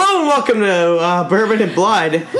welcome to uh, Bourbon and Blood.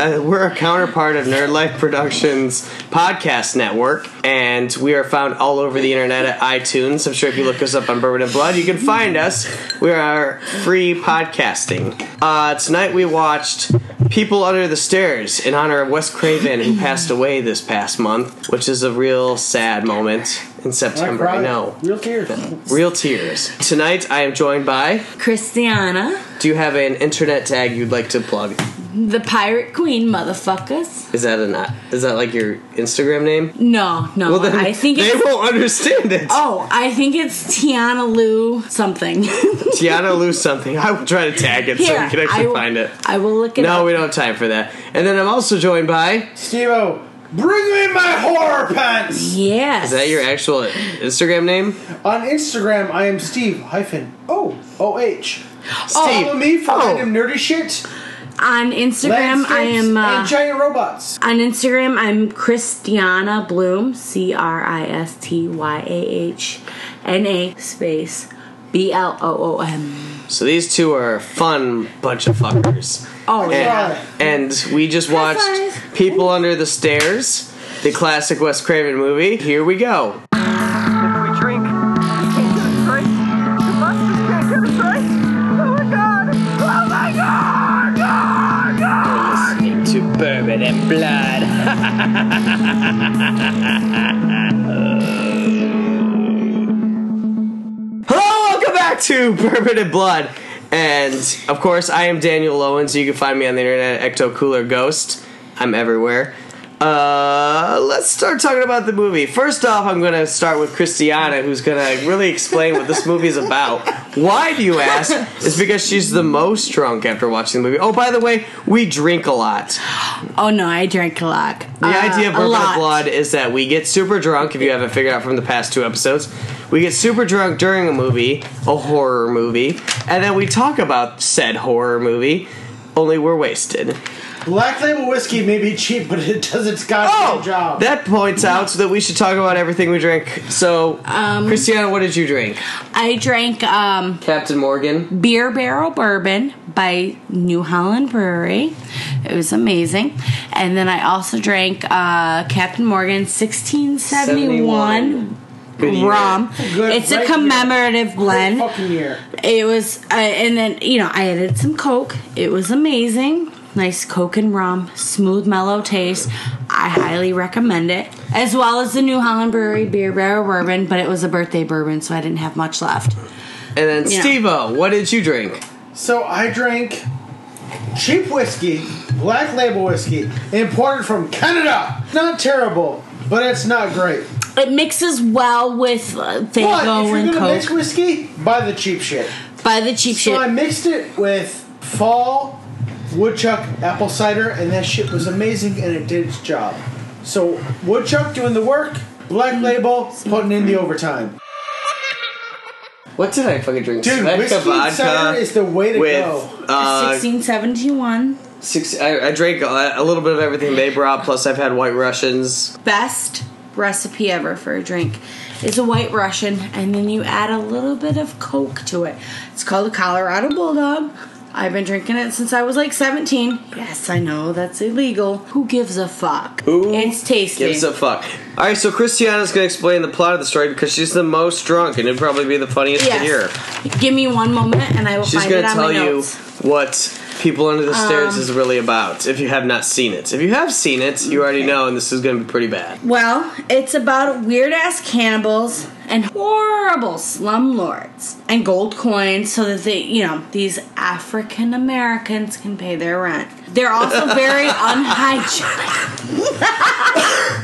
Uh, we're a counterpart of Nerd Life Productions podcast network, and we are found all over the internet at iTunes. I'm sure if you look us up on Bourbon and Blood, you can find us. We are free podcasting. Uh, tonight we watched People Under the Stairs in honor of Wes Craven, who passed away this past month, which is a real sad moment in September. I know. Real tears. Real tears. Tonight I am joined by. Christiana, Do you have an internet tag you'd like to plug? the pirate queen, motherfuckers. Is that a not? Is that like your Instagram name? No, no, then I think they it's. won't understand it. Oh, I think it's Tiana Lou something. Tiana lose something. I will try to tag it so we can I actually will- find it. I will look it No, up. we don't have time for that. And then I'm also joined by. Steve-O, bring me my horror pants! Yes. Is that your actual Instagram name? On Instagram, I am Steve hyphen O O H. Follow Steve. me for Oh. random nerdy shit, on Instagram? I landscapes, am. Uh, and giant robots. on Instagram, I'm Christiana Bloom, C R I S T Y A H N A space B L O O M. So these two are a fun bunch of fuckers. Oh And, yeah. Yeah. and we just High watched five. People Under the Stairs, the classic Wes Craven movie. Here we go. If we drink, we can't get it right. The monsters can't get it right. Oh my god! Oh my god! God! God! listening to Bourbon and Blood. Hello, welcome back to Bourbon and Blood. And of course, I am Daniel Lowen, so you can find me on the internet at Ecto Cooler Ghost. I'm everywhere. Uh, let's start talking about the movie. First off, I'm going to start with Christiana, who's going to really explain what this movie is about. Why do you ask? It's because she's the most drunk after watching the movie. Oh, by the way, we drink a lot. Oh no, I drank a lot. The idea of Uh, Bourbon a and lot. Blood is that we get super drunk, if you haven't figured out from the past two episodes. We get super drunk during a movie, a horror movie, and then we talk about said horror movie, only we're wasted. Black Label whiskey may be cheap, but it does its goddamn Oh! job. That points out that we should talk about everything we drink. So, Um, Christiana, what did you drink? I drank um, Captain Morgan. Beer Barrel Bourbon by New Holland Brewery. It was amazing. And then I also drank uh, Captain Morgan 1671 Good year. rum. Good It's a right commemorative Great blend. fucking year. It was, uh, and then, you know, I added some Coke. It was amazing. Nice Coke and rum, smooth, mellow taste. I highly recommend it. As well as the New Holland Brewery Beer Barrel Bourbon, but it was a birthday bourbon, so I didn't have much left. And then, Yeah. Steve O, what did you drink? So I drank cheap whiskey, black label whiskey, imported from Canada. Not terrible, but it's not great. It mixes well with uh, But if Fago you're and gonna mix Coke. whiskey, buy the cheap shit. Buy the cheap So I shit. mixed it with fall woodchuck apple cider, and that shit was amazing, and it did its job. So woodchuck doing the work, Mm-hmm. black label putting in the overtime. What did I fucking drink? Dude, Svedka whiskey and cider is the way to with, go. uh, 1671. Six. I, I drank a, a little bit of everything they brought. Plus, I've had White Russians. Best recipe ever for a drink is a white Russian, and then you add a little bit of Coke to it. It's called a Colorado Bulldog. I've been drinking it since I was like 17. Yes, I know that's illegal. Who gives a fuck? Who it's tasty. Gives a fuck. All right, so Christiana's gonna explain the plot of the story because she's the most drunk, and it'd probably be the funniest to hear. Yes. Give me one moment, and I will She's find gonna it on tell my you notes. Um, what People Under the Stairs is really about. If you have not seen it, if you have seen it, you already know, and this is gonna be pretty bad. Well, it's about weird ass cannibals and horrible slumlords and gold coins so that they, you know, these African Americans can pay their rent. They're also very unhygienic.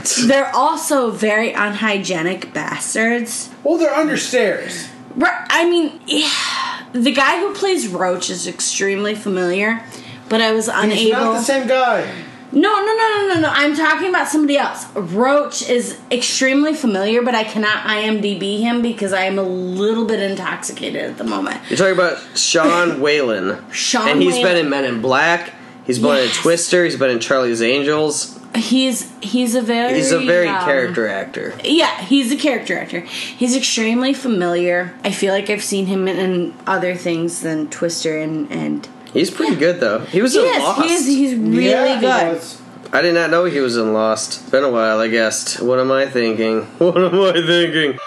They're also very unhygienic bastards. Well, they're under stairs. Right, I mean, yeah, the guy who plays Roach is extremely familiar, but I was unable. It's not the same guy. No, no, no, no, no, no. I'm talking about somebody else. Roach is extremely familiar, but I cannot IMDb him because I am a little bit intoxicated at the moment. You're talking about Sean Whalen. Sean and he's been Whalen. in Men in Black. He's been in Yes. Twister. He's been in Charlie's Angels. He's he's a very He's a very um, character actor. Yeah, he's a character actor. He's extremely familiar. I feel like I've seen him in, in other things than Twister and and He's pretty good though. He was He in is. Lost. He is. He's really Yeah, it good. was. I did not know he was in Lost. Been a while, I guessed. What am I thinking? What am I thinking?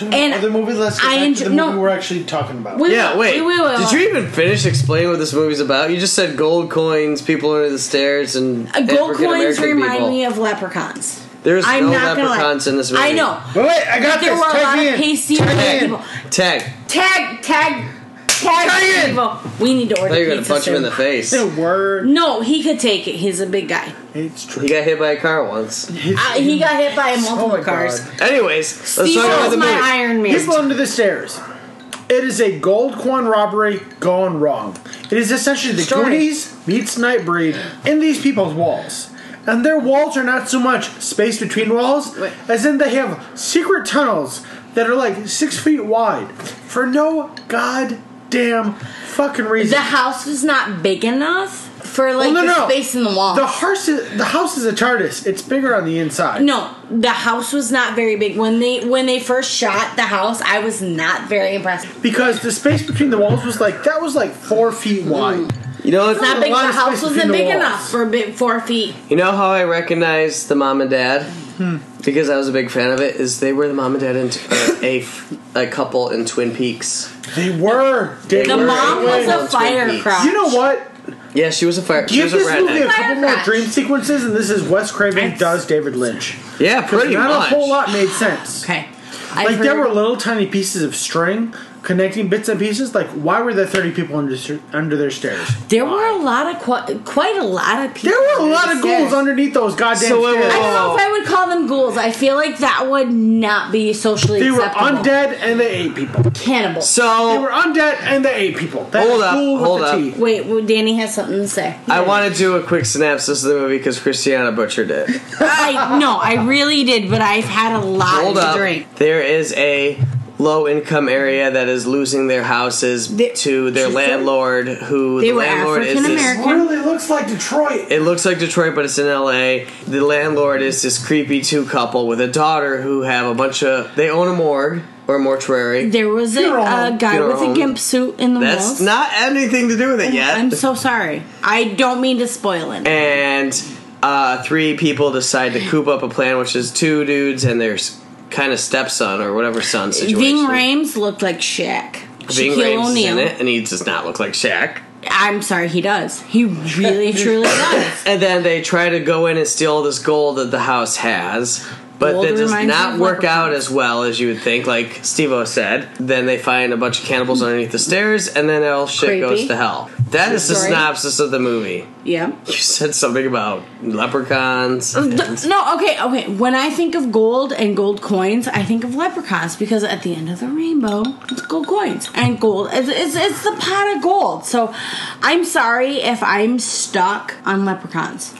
And Other movie. Let's get I back to enjo- the movie no. we're actually talking about. we- uh, Yeah, wait. we- we- we- Did you even finish explaining what this movie's about? You just said gold coins, people under the stairs, and uh, gold African coins American remind people. me of leprechauns. There's I'm no not gonna lie. leprechauns in this movie. I know. Wait, wait, I got There this. were a Type lot me of in. pasty Type me in. people. Tag. Tag, tag, tag, people. We need to I order thought you were gonna pizza punch him in soon. the face. The word. No, he could take it. He's a big guy. It's true. He got hit by a car once. Uh, he got hit by multiple Mm-hmm. Oh my cars. God. Anyways, let's Steve talk about was the my movie. Iron Man. People under the stairs. It is a gold coin robbery gone wrong. It is essentially the Story. Goonies meets Nightbreed in these people's walls. And their walls are not so much space between walls, Wait. as in they have secret tunnels that are like six feet wide for no goddamn fucking reason. The house was not big enough for like Well, Oh, no, the no. space in the wall. The house is the house is a TARDIS. It's bigger on the inside. no, the house was not very big. When they when they first shot the house, I was not very impressed. Because the space between the walls was like that was like four feet Mm. wide. You know, It's not a big. The lot of house space wasn't between the big walls. enough for big four feet. you know how I recognize the mom and dad Hmm. because I was a big fan of it. Is they were the mom and dad in uh, a f- a couple in Twin Peaks. They were. They The were mom big was ones a in Twin fire Peaks. crotch. You know what? Yeah, she was a fire. She Give was a this movie a redneck. couple more Firecrash. dream sequences, and this is Wes Craven does David Lynch. Yeah, pretty Not much. a whole lot made sense. Okay, I've Like there heard- were little tiny pieces of string connecting bits and pieces. Like why were there thirty people under st- under their stairs? There were a lot of quite, quite a lot of people. There were a under lot the of ghouls stairs. underneath those goddamn So wait, wait, stairs. I don't know Oh. if I would call them ghouls. I feel like that would not be socially They were acceptable. undead and they ate people. cannibals. They So were undead and they ate people. That Hold is up, cool with hold the up. T. Wait, well, Danny has something to say. I want to do a quick synopsis of the movie because Christiana butchered it. I no, I really did, but I've had a lot Hold to up. drink. There is a low income area that is losing their houses They- to their She said- landlord, who They the were landlord is African this American. It really looks like Detroit. It looks like Detroit, but it's in LA. The landlord is this creepy two couple with a daughter who have a bunch of. They own a morgue or a mortuary. There was a, Funeral a home. guy Funeral with a home. gimp suit in the That's walls. not anything to do with it yet. I'm so sorry. I don't mean to spoil it. and uh, three people decide to coop up a plan, which is two dudes and their kind of stepson or whatever son situation. Ving Rhames looked like Shaq. Ving Shaquille Rhames is in O'Neal. it, and he does not look like Shaq. I'm sorry, he does. He really, truly does. And then they try to go in and steal all this gold that the house has. But Gold that does reminds me not of work out leprechauns. as well as you would think, like Steve O said. Then they find a bunch of cannibals underneath the stairs, and then all shit Creepy. goes to hell. That is the story. synopsis of the movie. Yeah. You said something about leprechauns. and- Oh, No, okay, okay. When I think of gold and gold coins, I think of leprechauns because at the end of the rainbow, it's gold coins and gold. It's, it's, it's the pot of gold. So I'm sorry if I'm stuck on leprechauns.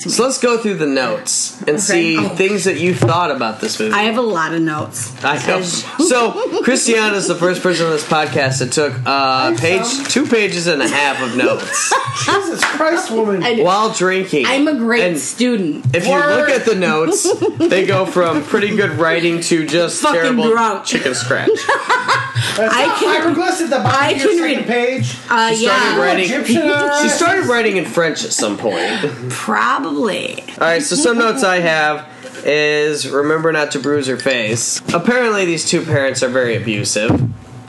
So let's go through the notes and see Oh. things that you thought about this movie. I have a lot of notes. I know. So Christiana is the first person on this podcast that took uh, page two pages and a half of notes Jesus Christ, woman. I- while drinking. I'm a great And student. if you look at the notes, they go from pretty good writing to just Fucking terrible drunk. chicken scratch. That's I not can- hieroglyphs at the bottom I of your can second read- page. Uh, She started yeah, writing. Egyptian art. She started writing in French at some point. probably. All right, so some notes I have is remember not to bruise her face. Apparently, these two parents are very abusive,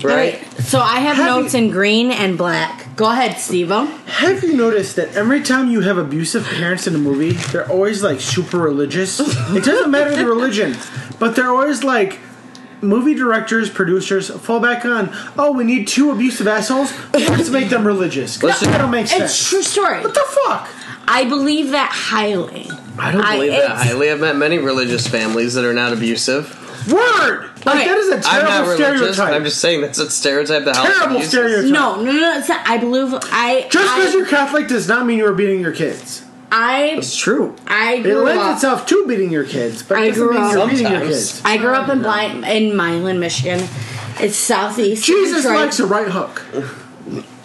right? So I have, Have notes in green and black. Go ahead, Stevo. Have you noticed that every time you have abusive parents in a movie, they're always like super religious? It doesn't matter the religion, but they're always like movie directors, producers fall back on, oh, we need two abusive assholes, let's make them religious. 'Cause Listen- that don't make sense. It's true story. what the fuck? I believe that highly. I don't I- believe that it's- highly. I've met many religious families that are not abusive. Word! Like, Okay. that is a I'm terrible not religious. stereotype. I'm just saying that's a stereotype. The terrible stereotype. No, no, no. It's not, I believe I. Just because I- you're Catholic does not mean you're beating your kids. I It's true. I It grew up. lends itself to beating your kids, but I it doesn't grew mean up- you're beating your Sometimes. kids. I grew up in blind in Milan, Michigan. It's southeast. of Jesus Detroit. likes a right hook.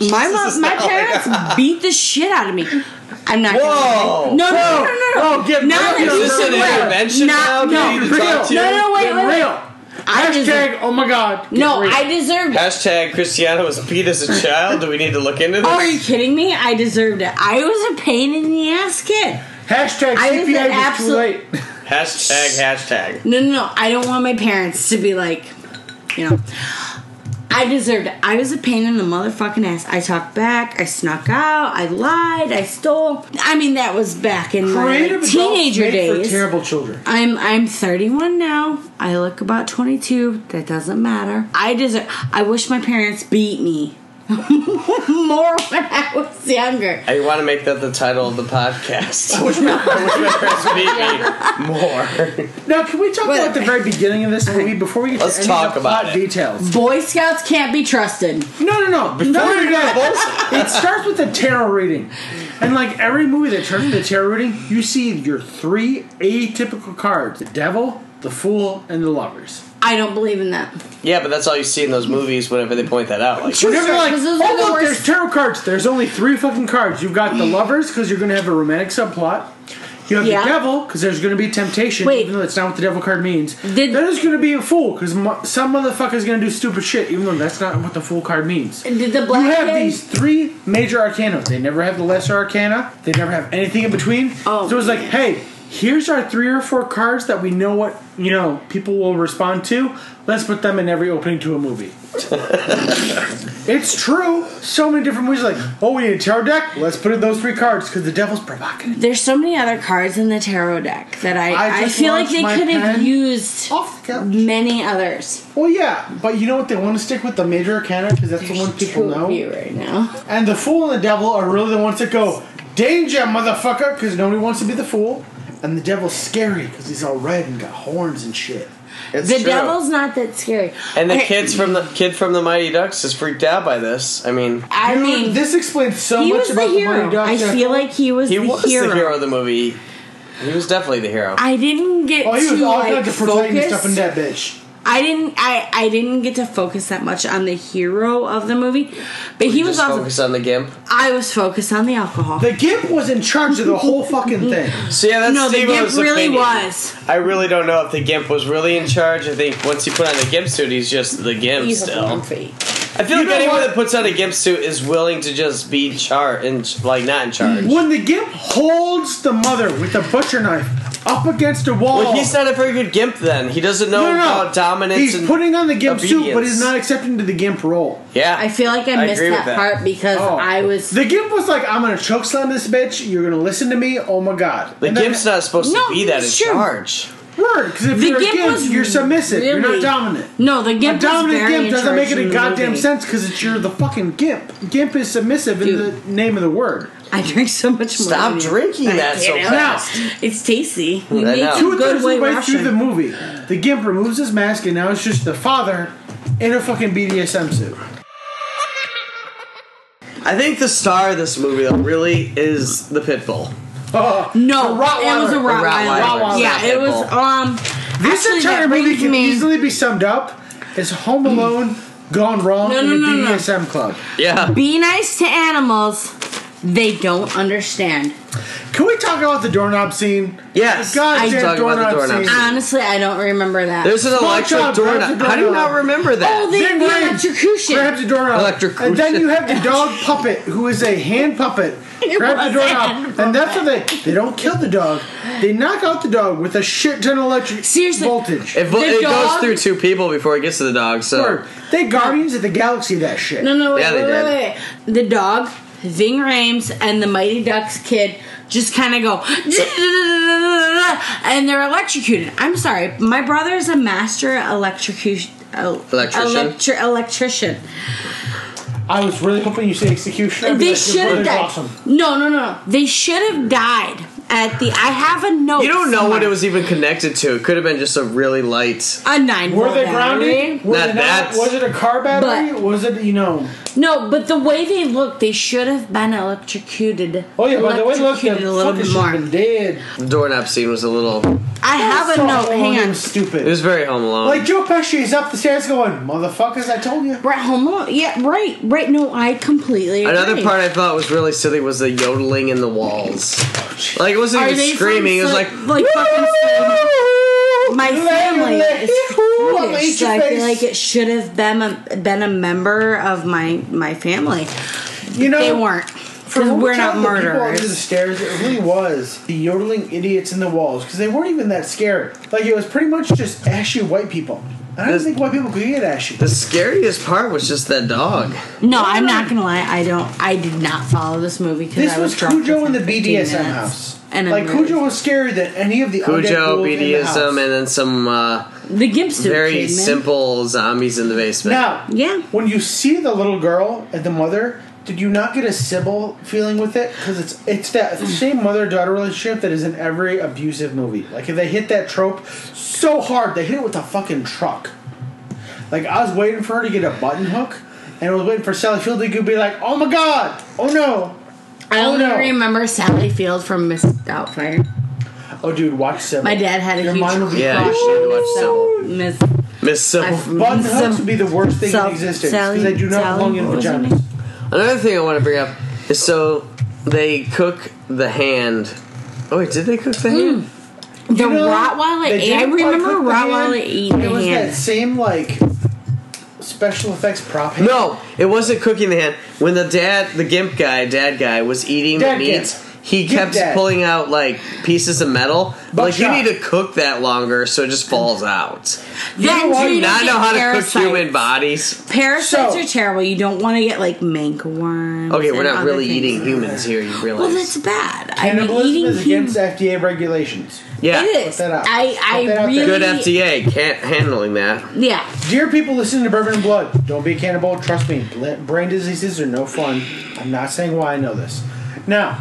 my mom, my parents beat the shit out of me. I'm not. Whoa. Gonna, no, no, no, no, no, no. Whoa, get Not real. that Is you this an swear. intervention Not- now? Do you need No, to talk Real. to no, no, wait, Get wait, wait. real. I deserve. Hashtag, oh my god. get No, raped. I deserved. it. Hashtag Cristiano was beat as a child. Do we need to look into this? Oh, are you kidding me? I deserved it. I was a pain in the ass kid. Hashtag I CPA was was an too absolute- late. Hashtag hashtag. No, no, no. I don't want my parents to be like, you know. I deserved it. I was a pain in the motherfucking ass. I talked back. I snuck out. I lied. I stole. I mean, that was back in Creative my adults teenager made days. for terrible children. I'm I'm 31 now. I look about 22. That doesn't matter. I deserve. I wish my parents beat me more when I was younger. I want to make that the title of the podcast. Which beat me more. Now, can we talk But- about the very beginning of this movie before we get Let's to any talk of the about plot it. details? Boy Scouts can't be trusted. No, no, no. Before no, no, no. it starts with the tarot reading, and like every movie that turns into tarot reading, you see your three atypical cards: the devil, the fool, and the lovers. I don't believe in that. Yeah, but that's all you see in those movies whenever they point that out. Like, Whenever you're like, Because oh those are the look, there's worst- tarot cards. There's only three fucking cards. You've got the lovers because you're gonna have a romantic subplot. You have Yeah. the devil because there's gonna be temptation, Wait. even though that's not what the devil card means. Did- then there's gonna be a fool because mo- some motherfucker's gonna do stupid shit, even though that's not what the fool card means. Did the You black have kid- these three major arcana. They never have the lesser arcana. They never have anything in between. Oh, so it's like, man. hey, here's our three or four cards that we know what you know people will respond to. Let's put them in every opening to a movie. it's true. So many different movies. Like, oh, we need a tarot deck. Let's put in those three cards because the devil's provocative. There's so many other cards in the tarot deck that I I I, just feel like launched they my could have pen used Off the couch. many others. Well, yeah, but you know what? They want to stick with the major arcana because that's the There's one people two know. of you right now. And the fool and the devil are really the ones that go, Danger, motherfucker! Because nobody wants to be the fool. And the devil's scary because he's all red and got horns and shit. it's the true. devil's not that scary. And the Okay, kids from the kid from the Mighty Ducks is freaked out by this. I mean, I Dude, mean, this explains so he much was the about hero. the I Mighty Ducks. feel like he was, he the, was hero. the hero of the movie. He was definitely the hero. I didn't get Oh, he was to all like kinds of protagonist up in focus. that bitch. I didn't. I I didn't get to focus that much on the hero of the movie, but he was Just awesome. focus on the gimp. I was focused on the alcohol. The Gimp was in charge of the whole fucking thing. So yeah, that's no, the Steve-O's gimp really opinion. was. I really don't know if the gimp was really in charge. I think once you put on the gimp suit, he's just the gimp He's a still. lumpy. I feel You like know anyone what? that puts on a gimp suit is willing to just be char in like not in charge. When the Gimp holds the mother with a butcher knife up against a wall. Well, he's not a very good gimp then. He doesn't know no, no, no. about dominance. He's and putting on the Gimp suit, but obedience. he's not accepting to the Gimp role. Yeah, I feel like I, missed agree with that, part because Oh. I was The Gimp was like, I'm gonna chokeslam this bitch. You're gonna listen to me. Oh my god. The gimp's not supposed No, to be that in it's true. charge. word because if The you're Gimp a Gimp, was you're submissive. you're not really- dominant. No, the A gimp was dominant very Gimp in doesn't charge make in any the goddamn movie. sense because it's you're the fucking Gimp. Gimp is submissive in Dude. the name of the word. I drank so much more. Stop than you. drinking I that so didn't. fast. It's tasty. You I need know. some Two good thirds of the white way Russian. through the movie, the Gimp removes his mask and now it's just the father in a fucking BDSM suit. I think the star of this movie though really is the pitbull. Oh, no, the Rottweiler. it was a Rottweiler. Rottweiler. Yeah, Rottweiler. it was. Um, This actually, entire that movie brings can me- easily be summed up as Home Alone gone wrong No, in no, a no, no. BDSM club. Yeah. Be nice to animals. They don't understand. Can we talk about the doorknob scene? Yes. The goddamn I- Talk about the doorknob, doorknob scene. scene. Honestly, I don't remember that. There's an Small electric child door. grabs a How do you doorknob. not remember that? oh, the, Then the Ryan electrocution. Grabs the doorknob. Electrocution. And then you have the dog puppet, who is a hand puppet, It grab the was a hand doorknob. And that's what they they don't kill the dog. They knock out the dog with a shit ton of electric Seriously. voltage. it vo- the it goes dog- through two people before it gets to the dog. So Word. They Guardians of the Galaxy that shit. No, no, wait, Yeah, they wait, did. wait, wait. The dog, Ving Rames, and the Mighty Ducks kid just kind of go, and they're electrocuted. I'm sorry, my brother is a master electrocution. Electrician? Electri- electrician. I was really hoping you say executioner. They because your should have brother's died. Awesome. No, no, no, no. They should have died at the. I have a note. you don't know somewhere. what it was even connected to. It could have been just a really light. A nine. Were volt they battery. grounded? Were Not they not, that. was it a car battery? But- was it you know? No, but the way they look, they should have been electrocuted. Oh yeah, by the way, look, Electrocuted that fucking should have been dead. The doorknob scene was a little. I have a So note. Hang on. It stupid. was very Home Alone. Like Joe Pesci is up the stairs going, "Motherfuckers, I told you." Right, Home Alone. Yeah, right, right. No, I completely agree. Another part I thought was really silly was the yodeling in the walls. Like it wasn't Are even they from screaming. It was Sa- like like fucking Sa- my family is What Swedish, makes so your I face? feel like it should have been a been a member of my my family. You know, They weren't because what we're we not tell the people Under the murderers. stairs, it really was the yodeling idiots in the walls because they weren't even that scary. Like it was pretty much just ashy white people. And I don't This- think white people could get ashy. The scariest part was just that dog. No, I'm not gonna lie. I don't. I did not follow this movie because This I was, was drunk Cujo for in the 15 BDSM minutes. house. and like Cujo was scarier than any of the Cujo, undead ghouls in the house. BDism, and then some uh, the Gibbs suit very came in. simple zombies in the basement. Now, Yeah. when you see the little girl and the mother, did you not get a Sybil feeling with it? Because it's it's that Mm. same mother daughter relationship that is in every abusive movie. Like they hit that trope so hard, they hit it with a fucking truck. Like I was waiting for her to get a button hook, and I was waiting for Sally Field to be like, "Oh my god, oh no." I Oh, only no. remember Sally Field from Miss Doubtfire. Oh, dude, watch Sybil. My dad had a Your huge mind will be Yeah, you crush should on watch Sal- Miss Miss Sybil. I've- Button Sybil. hooks would be the worst thing Sal- in existence Sally- because they do not Sally- belong in what was her vaginas. name? Another thing I want to bring up is so they cook the hand. Oh wait, did they cook Hmm. the hand? The You know, Rottweiler they ate. I didn't quite remember cook the Rottweiler hand. eating It the was that hand. same like special effects prop. hand. No, it wasn't cooking the hand. When the dad, the gimp guy, dad guy, was eating Dad the meat, Gimp. he Gimp kept Dad. pulling out like pieces of metal. like you Buckshot. need to cook that longer so it just falls out. Then know so what? you And I don't know get how to parasites. cook human bodies. Parasites So- are terrible. You don't want to get like mankerworms. Okay, we're and not other really things. eating humans here. You realize? Well, that's bad. I mean, Cannibalism eating is humans. against FDA regulations. yeah, It is. that out. I, Put that I out really. there. good FDA can't handling that. Yeah. Dear people listening to Bourbon and Blood, don't be a cannibal. Trust me, bl- brain diseases are no fun. I'm not saying why I know this. Now,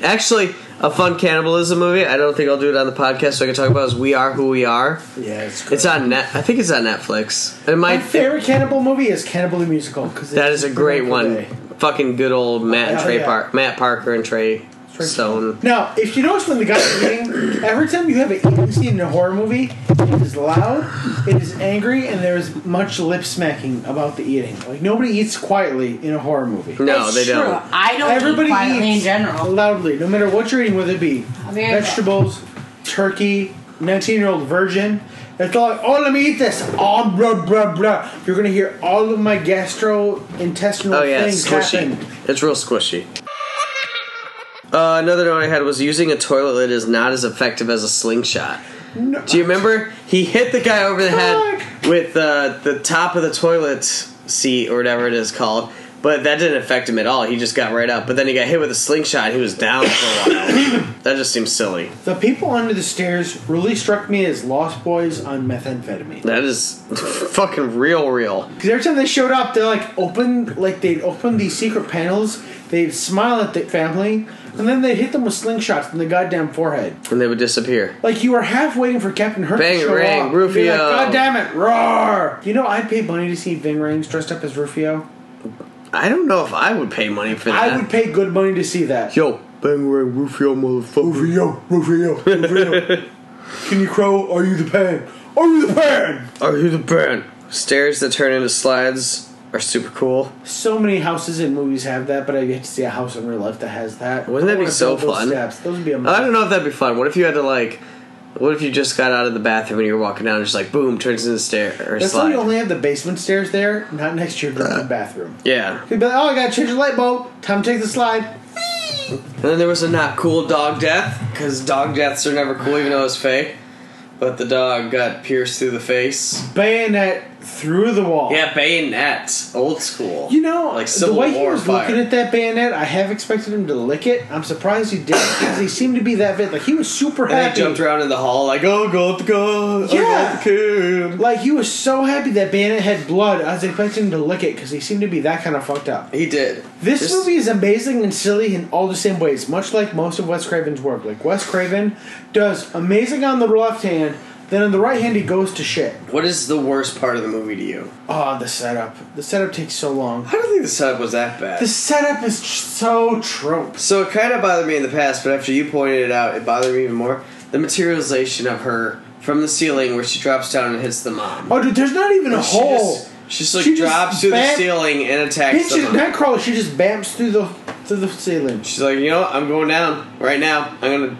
Actually, a fun cannibalism movie. I don't think I'll do it on the podcast, so I can talk about is We Are Who We Are. yeah, it's, good. It's on net. I think it's on Netflix. And my my favorite cannibal movie is Cannibal the Musical. Cause that it's is a just great for one. day. Fucking good old Matt and Oh, Trey yeah. Park, Matt Parker and Trey Stone. Now, if you notice when the guy's eating, every time you have an eating scene in a horror movie, it is loud, it is angry, and there is much lip smacking about the eating. Like nobody eats quietly in a horror movie. No, It's they true. don't. I don't Everybody eat quietly eats in general. loudly, no matter what you're eating, whether it be America. vegetables, turkey, 19 year old virgin. It's all like, oh, let me eat this. Oh, blah, blah, blah. You're going to hear all of my gastrointestinal Oh yeah, it's things squishy. happen. It's real squishy. Uh, another note I had was using a toilet lid is not as effective as a slingshot. No. Do you remember? He hit the guy over the head Fuck. with uh, the top of the toilet seat or whatever it is called, but that didn't affect him at all. He just got right up. But then he got hit with a slingshot. and He was down for a while. that just seems silly. The people under the stairs really struck me as Lost Boys on methamphetamine. That is fucking real, real. Because every time they showed up, they like open like they'd open these secret panels. They'd smile at the family, and then they'd hit them with slingshots in the goddamn forehead. And they would disappear. Like you were half waiting for Captain Herc Bang, to show rang, up. You'd be Rufio. Like, God damn it, roar! You know I'd pay money to see Ving Rhames dressed up as Rufio. I don't know if I would pay money for that. I would pay good money to see that. Yo, bang ring Rufio motherfucker. Rufio, Rufio, Rufio. Can you crow? Are you the pan? Are you the pan? Are you Oh, the brand? Stairs that turn into slides are super cool. So many houses and movies have that, but I've yet to see a house in real life that has that. Oh, Wouldn't that I be wanna so build those fun? Steps. Those would be amazing. I don't know if that'd be fun. What if you had to like? What if you just got out of the bathroom and you were walking down and just like boom turns into a stair or a That's why slide? you only have the basement stairs there, not next to your drunken bathroom. yeah. You'd be like, oh, I gotta change the light bulb. Time to take the slide. And then there was a not cool dog death because dog deaths are never cool even though it's fake. But the dog got pierced through the face. Bayonet through the wall. Yeah, bayonet, old school. You know, like the Civil way War he was fire. looking at that bayonet, I have expected him to lick it. I'm surprised he didn't because he seemed to be that bit. Like, he was super and then he happy. jumped around in the hall like, oh, go up, go, oh, Yeah. go, kid. Like, he was so happy that bayonet had blood. I was expecting him to lick it because he seemed to be that kind of fucked up. He did. This, Just- movie is amazing and silly in all the same ways, much like most of Wes Craven's work. Like Wes Craven does amazing on the left hand, then on the right hand he goes to shit. What is the worst part of the movie to you? Oh, the setup. The setup takes so long. I don't think the setup was that bad. The setup is tr- so trope. So it kind of bothered me in the past, but after you pointed it out, it bothered me even more. The materialization of her from the ceiling where she drops down and hits the mom. Oh, dude, there's not even a she hole. Just, she just like She just drops through the bam- ceiling and attacks Bitch the is mom. Nightcrawler. She just bamps through the through the ceiling. She's like, you know what? I'm going down right now. I'm gonna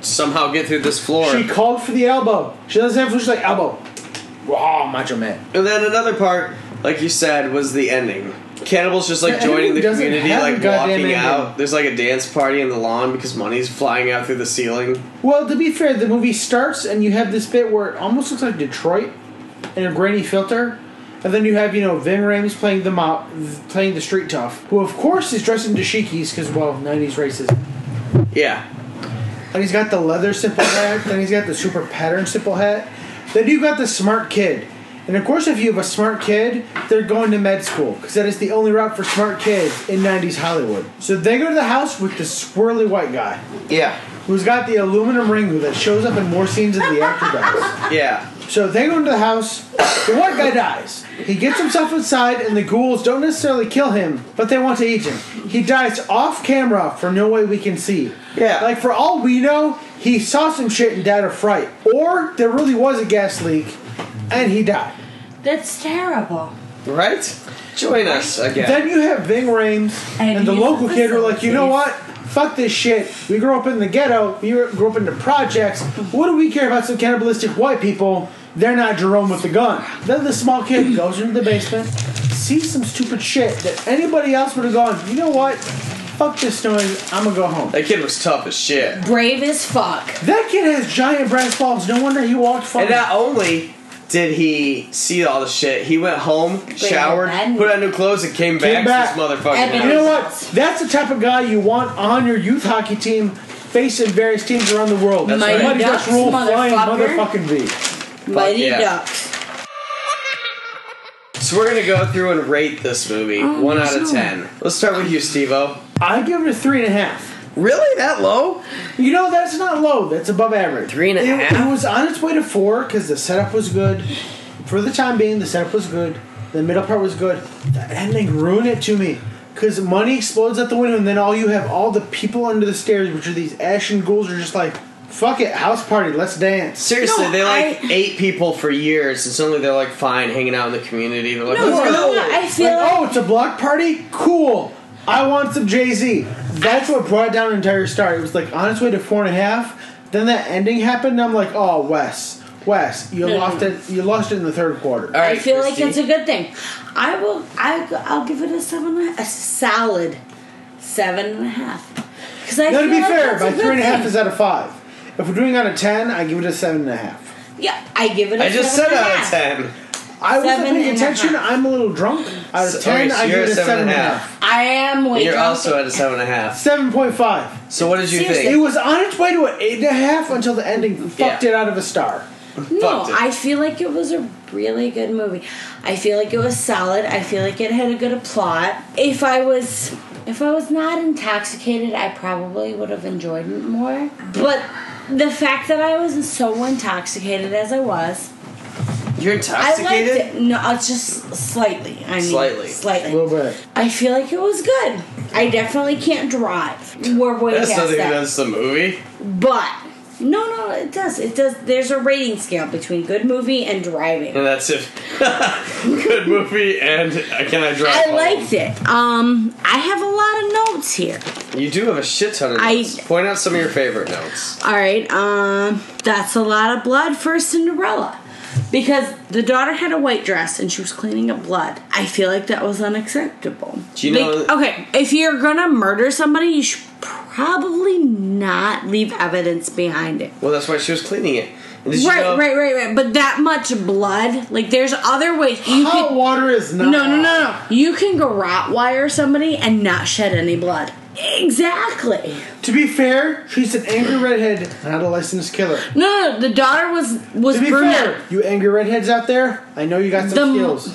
somehow get through this floor. She called for the elbow. She doesn't have. She's like elbow, Wow, Macho Man. And then another part, like you said, was the ending. Cannibals just like The joining ending the doesn't community, have a like goddamn walking ending. out. There's like a dance party in the lawn because money's flying out through the ceiling. Well, to be fair, the movie starts and you have this bit where it almost looks like Detroit in a grainy filter. And then you have, you know, Vin Rames playing the mop, playing the street tough, who of course is dressed in dashikis because, well, 90s racism. Yeah. And he's got the leather simple hat, then he's got the super pattern simple hat. Then you got the smart kid. And of course, if you have a smart kid, they're going to med school because that is the only route for smart kids in 90s Hollywood. So they go to the house with the swirly white guy Yeah. who's got the aluminum ring that shows up in more scenes than the actor does. Yeah. So they go into the house, the white guy dies. He gets himself inside, and the ghouls don't necessarily kill him, but they want to eat him. He dies off camera for no way we can see. Yeah. Like, for all we know, he saw some shit and died of fright. Or there really was a gas leak, and he died. That's terrible. Right? Join us again. Then you have Ving Rames and, And the he's local the kid who are like, you know what? facilities. Fuck this shit. We grew up in the ghetto. We grew up in the projects. What do we care about some cannibalistic white people? They're not Jerome with the gun. Then the small kid goes into the basement, sees some stupid shit that anybody else would have gone, you know what? Fuck this noise. I'm gonna go home. that kid was tough as shit. Brave as fuck. That kid has giant brass balls. No wonder he walked far. And not only did he see all the shit, he went home, showered, then- put on new clothes, and came back, back. to this motherfucking Evan- You know house. what? That's the type of guy you want on your youth hockey team facing various teams around the world. That's right. Mighty Ducks Ducks, rule flying motherfucker. motherfucking V. Mighty yeah. Ducks. So we're gonna go through and rate this movie Oh, one out of ten. Let's start with you, Stevo. I give it a three and a half. Really? That low? You know, that's not low. That's above average. Three and a it, half? It was on its way to four because the setup was good. For the time being, the setup was good. The middle part was good. The ending ruined it to me. Because money explodes out the window, and then all you have all the people under the stairs, which are these ashen ghouls, are just like, fuck it, house party, let's dance. Seriously, No, they like I- eight people for years. It's only they're like fine hanging out in the community. They're like, No, "Let's you go." know what? I feel Like, like, oh, it's a block party? Cool. I want some Jay Z. That's what brought down an entire star. It was like on its way to four and a half. Then that ending happened. And I'm like, oh, Wes, Wes, you lost it. You lost it in the third quarter. All right, I feel Christy. like it's a good thing. I will. I I'll give it a seven. and A a solid seven and a half. Because I now feel to be like fair, that's a my good three and a half thing. is out of five. If we're doing out of ten, I give it a seven and a half. Yeah, I give it. a I just said seven and a out of half. ten. I wasn't Seven paying and a attention. half. I'm a little drunk. Out of So- ten, okay, so I give you're it a seven and a half. I am way You're drunk. also at a seven and a half. Seven point five. So what did you It think? was on its way to an eight and a half until the ending fucked Yeah. it out of a star. No, Fucked it. I feel like it was a really good movie. I feel like it was solid. I feel like it had a good plot. If I was if I was not intoxicated, I probably would have enjoyed it more. But the fact that I was so intoxicated as I was, You're I liked intoxicated. it. No, uh, just slightly. I mean, Slightly. A slightly. little bit. I feel like it was good. I definitely can't drive. We're way That's past nothing that. against the movie. But no, no, it does. It does. There's a rating scale between good movie and driving. And that's it. Good movie, and uh, can I drive? I home? liked it. Um, I have a lot of notes here. You do have a shit ton of I- notes. Point out some of your favorite notes. All right. Um, that's a lot of blood for Cinderella. Because the daughter had a white dress and she was cleaning up blood. I feel like that was unacceptable. Do you know- Like, okay, if you're gonna murder somebody, you should probably not leave evidence behind it. Well, that's why she was cleaning it. And did you Right, know- right, right, right. But that much blood, like there's other ways you Hot could Oh. water is not. Oh. No, no, no, no. You can go wire somebody and not shed any blood. Exactly. To be fair, she's an angry redhead, not a licensed killer. No, no, no, the daughter was was To be brunette. fair, you angry redheads out there, I know you got The some m- skills.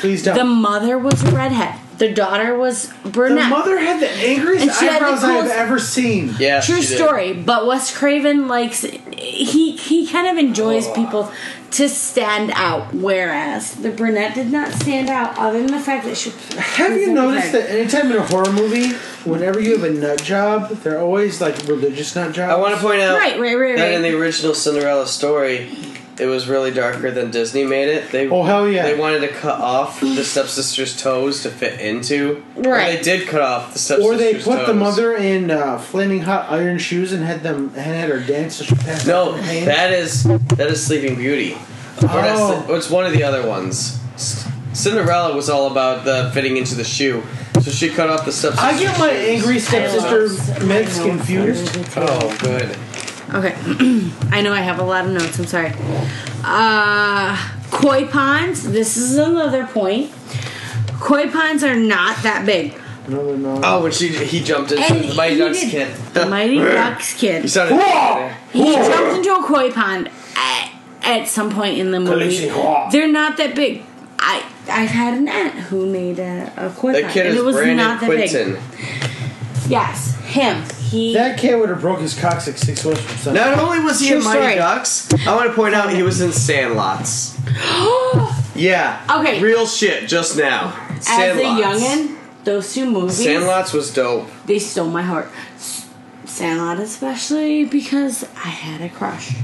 Please don't. The mother was a redhead. The daughter was The brunette. mother had the angriest And she had the eyebrows I have coolest- ever seen. Yeah. True she did. story. But Wes Craven likes he he kind of enjoys Oh. people to stand out, whereas the brunette did not stand out, other than the fact that she. Have you noticed that anytime in a horror movie, whenever you have a nut job, they're always like religious nut jobs? I want to point out Right, right, right, that in right. the original Cinderella story, it was really darker than Disney made it. They Oh, hell yeah. They wanted to cut off the stepsister's toes to fit into. Or they Right. did cut off the stepsister's Or they put the toes. mother in uh, flaming hot iron shoes and had them and had her dance. So she passed out No, from pain. that is that is Sleeping Beauty. Or that's- Oh. It's one of the other ones. C- Cinderella was all about the fitting into the shoe, so she cut off the steps. I get my angry stepsister myths confused. Oh, good. Okay. I know I have a lot of notes. I'm sorry. Uh, koi ponds. This is another point. Koi ponds are not that big. Oh, when she he jumped into And the Mighty he Ducks did- kid. The Mighty Ducks kid. He sounded. He jumped into a koi pond at, at some point in the movie. Khaleesi. They're not that big. I I had an aunt who made a, a koi That pond, kid and is it was Brandon not that Quinton. big. Yes, him. He That kid would have broke his coccyx six ways from Sunday. Not only was he True in Mighty story. Ducks, I want to point out he was in Sandlots. Yeah. Okay. Real shit. Just now. as a Sandlots. youngin, those two movies. Sandlots was dope. they stole my heart. S- Sandlot, especially because I had a crush.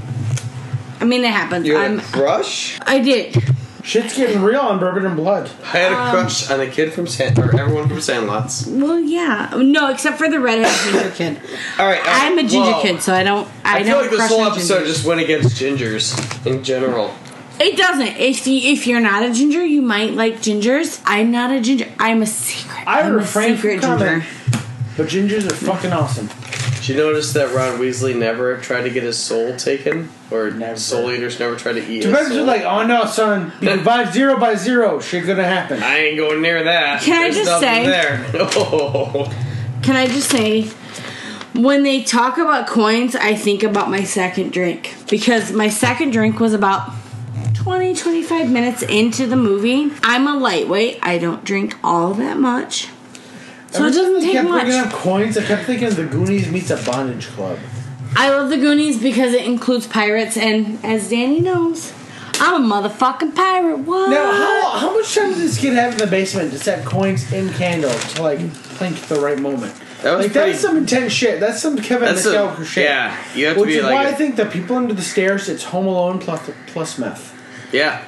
I mean, it happens. You had I'm, a crush? I did. Shit's getting real on Bourbon and Blood. I had Um, a crush on a kid from Sand or everyone from Sandlots. Well, yeah. No, except for the redhead ginger kid. All right. all right. I'm a ginger Uh, Whoa. kid, so I don't. I, I, don't feel like this crush whole on episode gingers. just went against gingers in general. It doesn't. If you if you're not a ginger, you might like gingers. I'm not a ginger. I'm a secret. I am a refrain from secret ginger. comment. But gingers are fucking awesome. Did you notice that Ron Weasley never tried to get his soul taken? Or Never. soul eaters never tried to eat The his beggars soul? are like, oh no, son, you can buy zero by zero. Shit gonna happen. I ain't going near that. Can I There's just nothing say- There. Oh. Can I just say, when they talk about coins, I think about my second drink. Because my second drink was about 20, 25 minutes into the movie. I'm a lightweight, I don't drink all that much. So it Every time doesn't they take kept bringing much. up coins, I kept thinking of the Goonies meets a bondage club. I love the Goonies because it includes pirates, and as Danny knows, I'm a motherfucking pirate. What? Now, how, how much time did this kid have in the basement to set coins in candle to like blink at the right moment? That was like pretty- that's some intense shit. That's some Kevin That's a- McAllister shit. yeah, you have to Which be is like why a- I think the people under the stairs it's Home Alone plus plus meth. Yeah.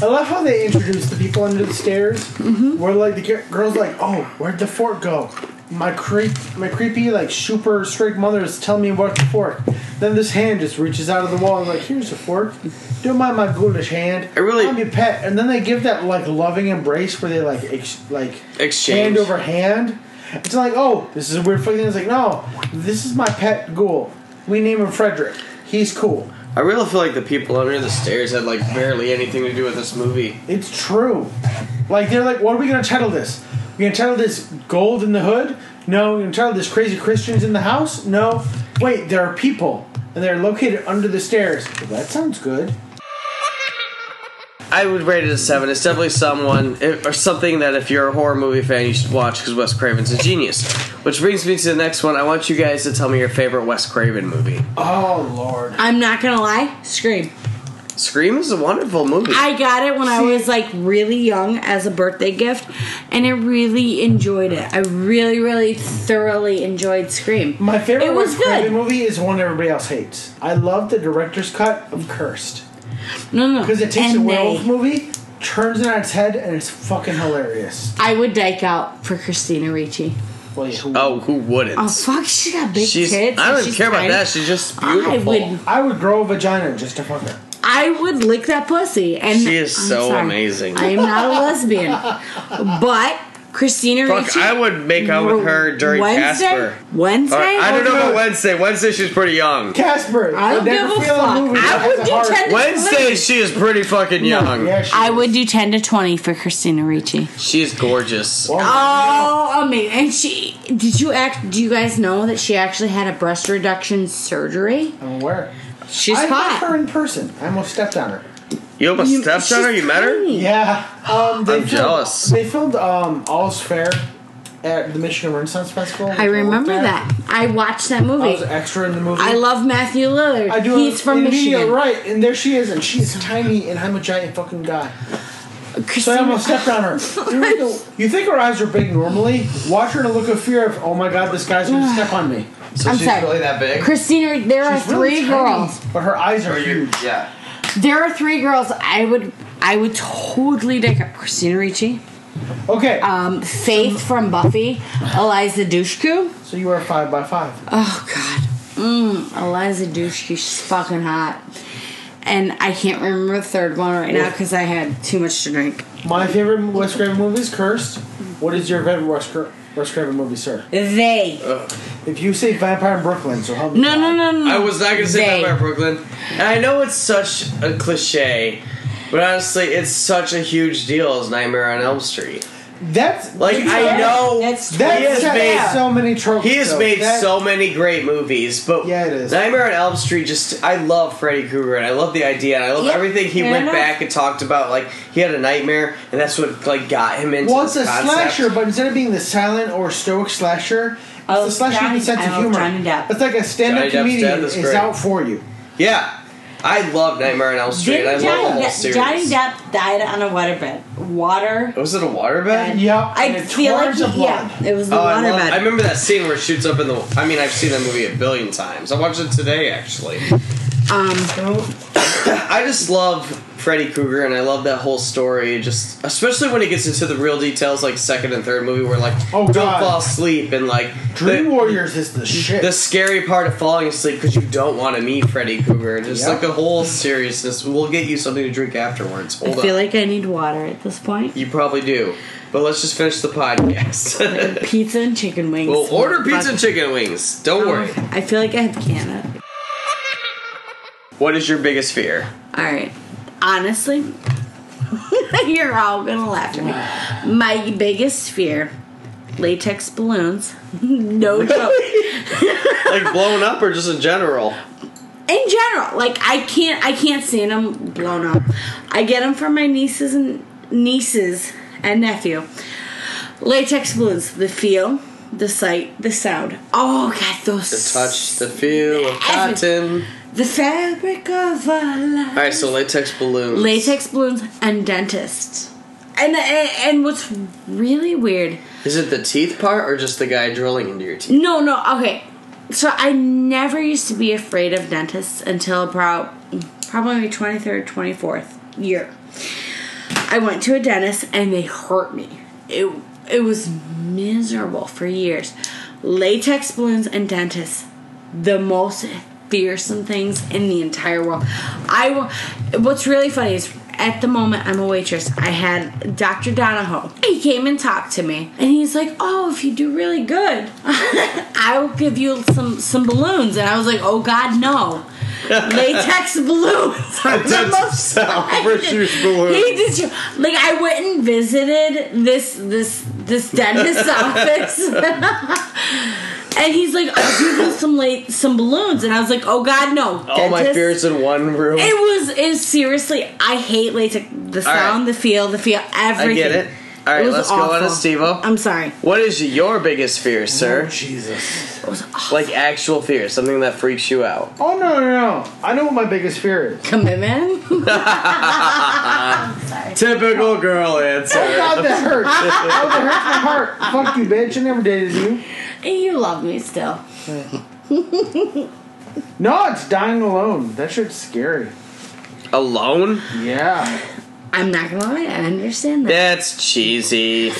I love how they introduced the people under the stairs. Where like the gi- girls like, oh, where'd the fork go? My creep, my creepy like super strict mother is telling me about the fork. Then this hand just reaches out of the wall and like, here's a fork. Don't mind my ghoulish hand. I really- I'm your pet. And then they give that like loving embrace where they like ex- like Exchange. hand over hand. It's like, oh, this is a weird fucking. thing. It's like, no, this is my pet ghoul. We name him Frederick. He's cool. I really feel like the people under the stairs had like barely anything to do with this movie. It's true. Like they're like, what are we gonna title this? We gonna title this "Gold in the Hood"? No. We gonna title this "Crazy Christians in the House"? No. Wait, there are people, and they're located under the stairs. Well, that sounds good. I would rate it a seven. It's definitely someone or something that if you're a horror movie fan, you should watch because Wes Craven's a genius. Which brings me to the next one. I want you guys to tell me your favorite Wes Craven movie. Oh Lord. I'm not gonna lie, Scream. Scream is a wonderful movie. I got it when I was like really young as a birthday gift, and I really enjoyed it. I really, really thoroughly enjoyed Scream. My favorite It was Wes Craven good. movie is one everybody else hates. I love the director's cut of Cursed no, no, because it takes and a werewolf they- movie, turns it on its head, and it's fucking hilarious. I would dike out for Christina Ricci. Well, yeah. oh, who wouldn't? Oh fuck, she got big she's. tits. I and don't even she's care about tiny. that. She's just beautiful. I would, I would grow a vagina just to fuck her. I would lick that pussy. And She is I'm so sorry. amazing. I am not a lesbian, but Christina Fuck, Ricci. I would make out with her during Wednesday. Casper. Wednesday. All right, I don't know about Wednesday. Wednesday, she's pretty young. Casper. I don't the give a necrophilic fuck. movie that I has would a do heart. ten. to Wednesday, 20. she is pretty fucking young. Yeah, she I is. would do ten to twenty for Christina Ricci. She's gorgeous. Oh, amazing! And she did you act? Do you guys know that she actually had a breast reduction surgery? I'm aware. She's I met her hot. in person. I almost stepped on her. You almost You- stepped on she's her? You met her? tiny. Yeah. Um, they I'm filmed, jealous. They filmed um, All's Fair at the Michigan Renaissance Festival. which I worked remember at. that. I watched that I was movie. an extra in the movie. I love Matthew Lillard. I do. He's from in media, Michigan. right? And there she is, and she's tiny, and I'm a giant fucking guy. So I Christina- almost stepped on her. You know, You think her eyes are big normally? Watch her in a look of fear of, oh my god, this guy's gonna step on me. So I'm she's sorry. really that big? Christina, there are She's really three tiny, girls. but her eyes are Or you- huge. yeah. There are three girls. I would, I would totally dig up Christina Ricci, Okay, um, Faith from Buffy, Eliza Dushku. so you are five by five. Oh God, mm, Eliza Dushku, she's fucking hot. and I can't remember the third one right now because I had too much to drink. My favorite Wes Craven movie is Cursed. What is your favorite Wes, Cra- Wes Craven movie, sir? They. If you say Vampire in Brooklyn, so help me. No, God. no, no, no. I was not gonna say They. Vampire Brooklyn. And I know it's such a cliche, but honestly, it's such a huge deal as Nightmare on Elm Street. That's Like I know That's he true. has That's got made so many tropes. he has though. made That- so many great movies, but Yeah, it is. Nightmare on Elm Street. Just I love Freddy Krueger and I love the idea and I love Yep, everything he fair went enough. back and talked about. Like he had a nightmare and that's what like got him into. Well, this it's a concept. slasher, but instead of being the silent or stoic slasher, it's Oh, a slasher with Johnny- a sense I of love humor. Johnny Depp. It's like a Johnny stand-up Depp's comedian death is is great. out for you. Yeah, I love Nightmare on Elm Street. and I Didn't love Johnny, the whole Depp, series. Johnny Depp died on a waterbed. Water. Was it a waterbed? Yep. and I it feel like torrents he, of blood. yeah, it was the Oh, I, waterbed. love, I remember that scene where it shoots up in the. I mean, I've seen that movie a billion times. I watched it today, actually. Um, I just love Freddy Krueger, and I love that whole story. Just especially when it gets into the real details, like second and third movie, where like Oh, don't God. fall asleep, and like Dream the, Warriors is the shit. the scary part of falling asleep because you don't want to meet Freddy Krueger. Just Yeah. like the whole seriousness. We'll get you something to drink afterwards. I Hold feel on. like I need water at this point. you probably do, but let's just finish the podcast. Pizza and chicken wings. We'll order pizza and Fuck. chicken wings. Don't worry. I feel like I have canna. What is your biggest fear? All right. Honestly, you're all gonna laugh at me. My biggest fear: latex balloons. no joke. Like blown up or just in general? in general like i can't i can't stand them blown up i get them from my nieces and nieces and nephew latex balloons the feel the sight the sound oh god those The touch, the feel of cotton. the fabric of our life Alright, so latex balloons. latex balloons and dentists and, and and what's really weird Is it the teeth part or just the guy drilling into your teeth? No, no, okay. So I never used to be afraid of dentists until about probably my 23rd, 24th year. I went to a dentist and they hurt me. It it was miserable for years. Latex balloons and dentists, the most fearsome things in the entire world. I wa- what's really funny is at the moment I'm a waitress. I had Dr. Donahoe. He came and talked to me and he's like, "Oh, if you do really good, I will give you some some balloons." And I was like, "Oh god, no." Latex balloons. are the most he just like I went and visited this this this dentist's office, and he's like, "I'll give you some late some balloons," and I was like, "Oh God, no!" All my dentist." fears in one room. It was is seriously. I hate latex. The right. sound, the feel, the feel, everything. I get it. Alright, It was let's go on to awful. Stevo. I'm Oh sorry. What is your biggest fear, sir? Jesus. It was awful. Like actual fear, something that freaks you out. Oh no, no, no! I know what my biggest fear is. commitment. Typical girl Oh answer. God, that hurts. oh, that hurts my heart. Fuck you, bitch! I never dated you. and you love me still. No, it's dying alone. That shit's scary. Alone? Yeah. I'm not gonna lie. I understand that. That's cheesy.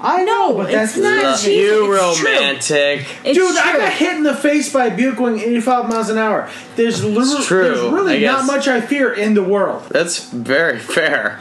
I know, but that's it's not Love cheesy, you it's true. romantic. It's Dude, I true. got hit in the face by a Buick going 85 miles an hour. There's, literally, true, there's I really guess. not much I fear in the world. That's very fair.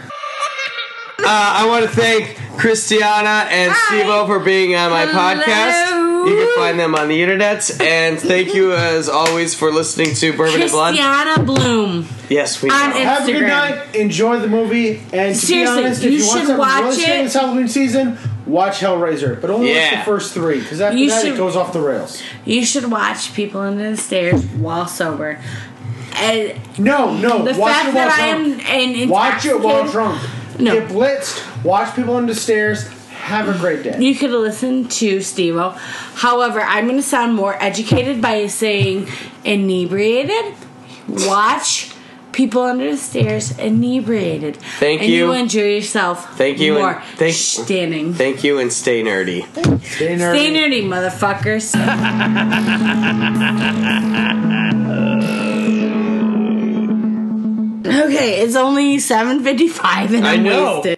Uh, I want to thank Christiana and Hi. Stevo for being on my Hello. podcast. You can find them on the internet. And thank you, as always, for listening to Bourbon and Blood. Christiana Bloom. Yes, we On know. Instagram. Have a good night. Enjoy the movie. And to Seriously, be honest, if you you, want should something watch really it. scary this Halloween season, watch Hellraiser. But only Yeah. watch the first three, because after You that should- it goes off the rails. You should watch People Under the Stairs while sober. And No, no. the watch fact it while that I am drunk. an Watch it while intoxicated- drunk. No. Get blitzed. Watch people under stairs. Have a great day. You could listen to Stevo. However, I'm going to sound more educated by saying inebriated. Watch People Under the Stairs inebriated. Thank and you. you enjoy yourself. Thank you and More thank- standing. Thank you and stay nerdy. Stay nerdy. Stay nerdy, motherfuckers. okay, it's only 7.55 and I I'm know. wasted.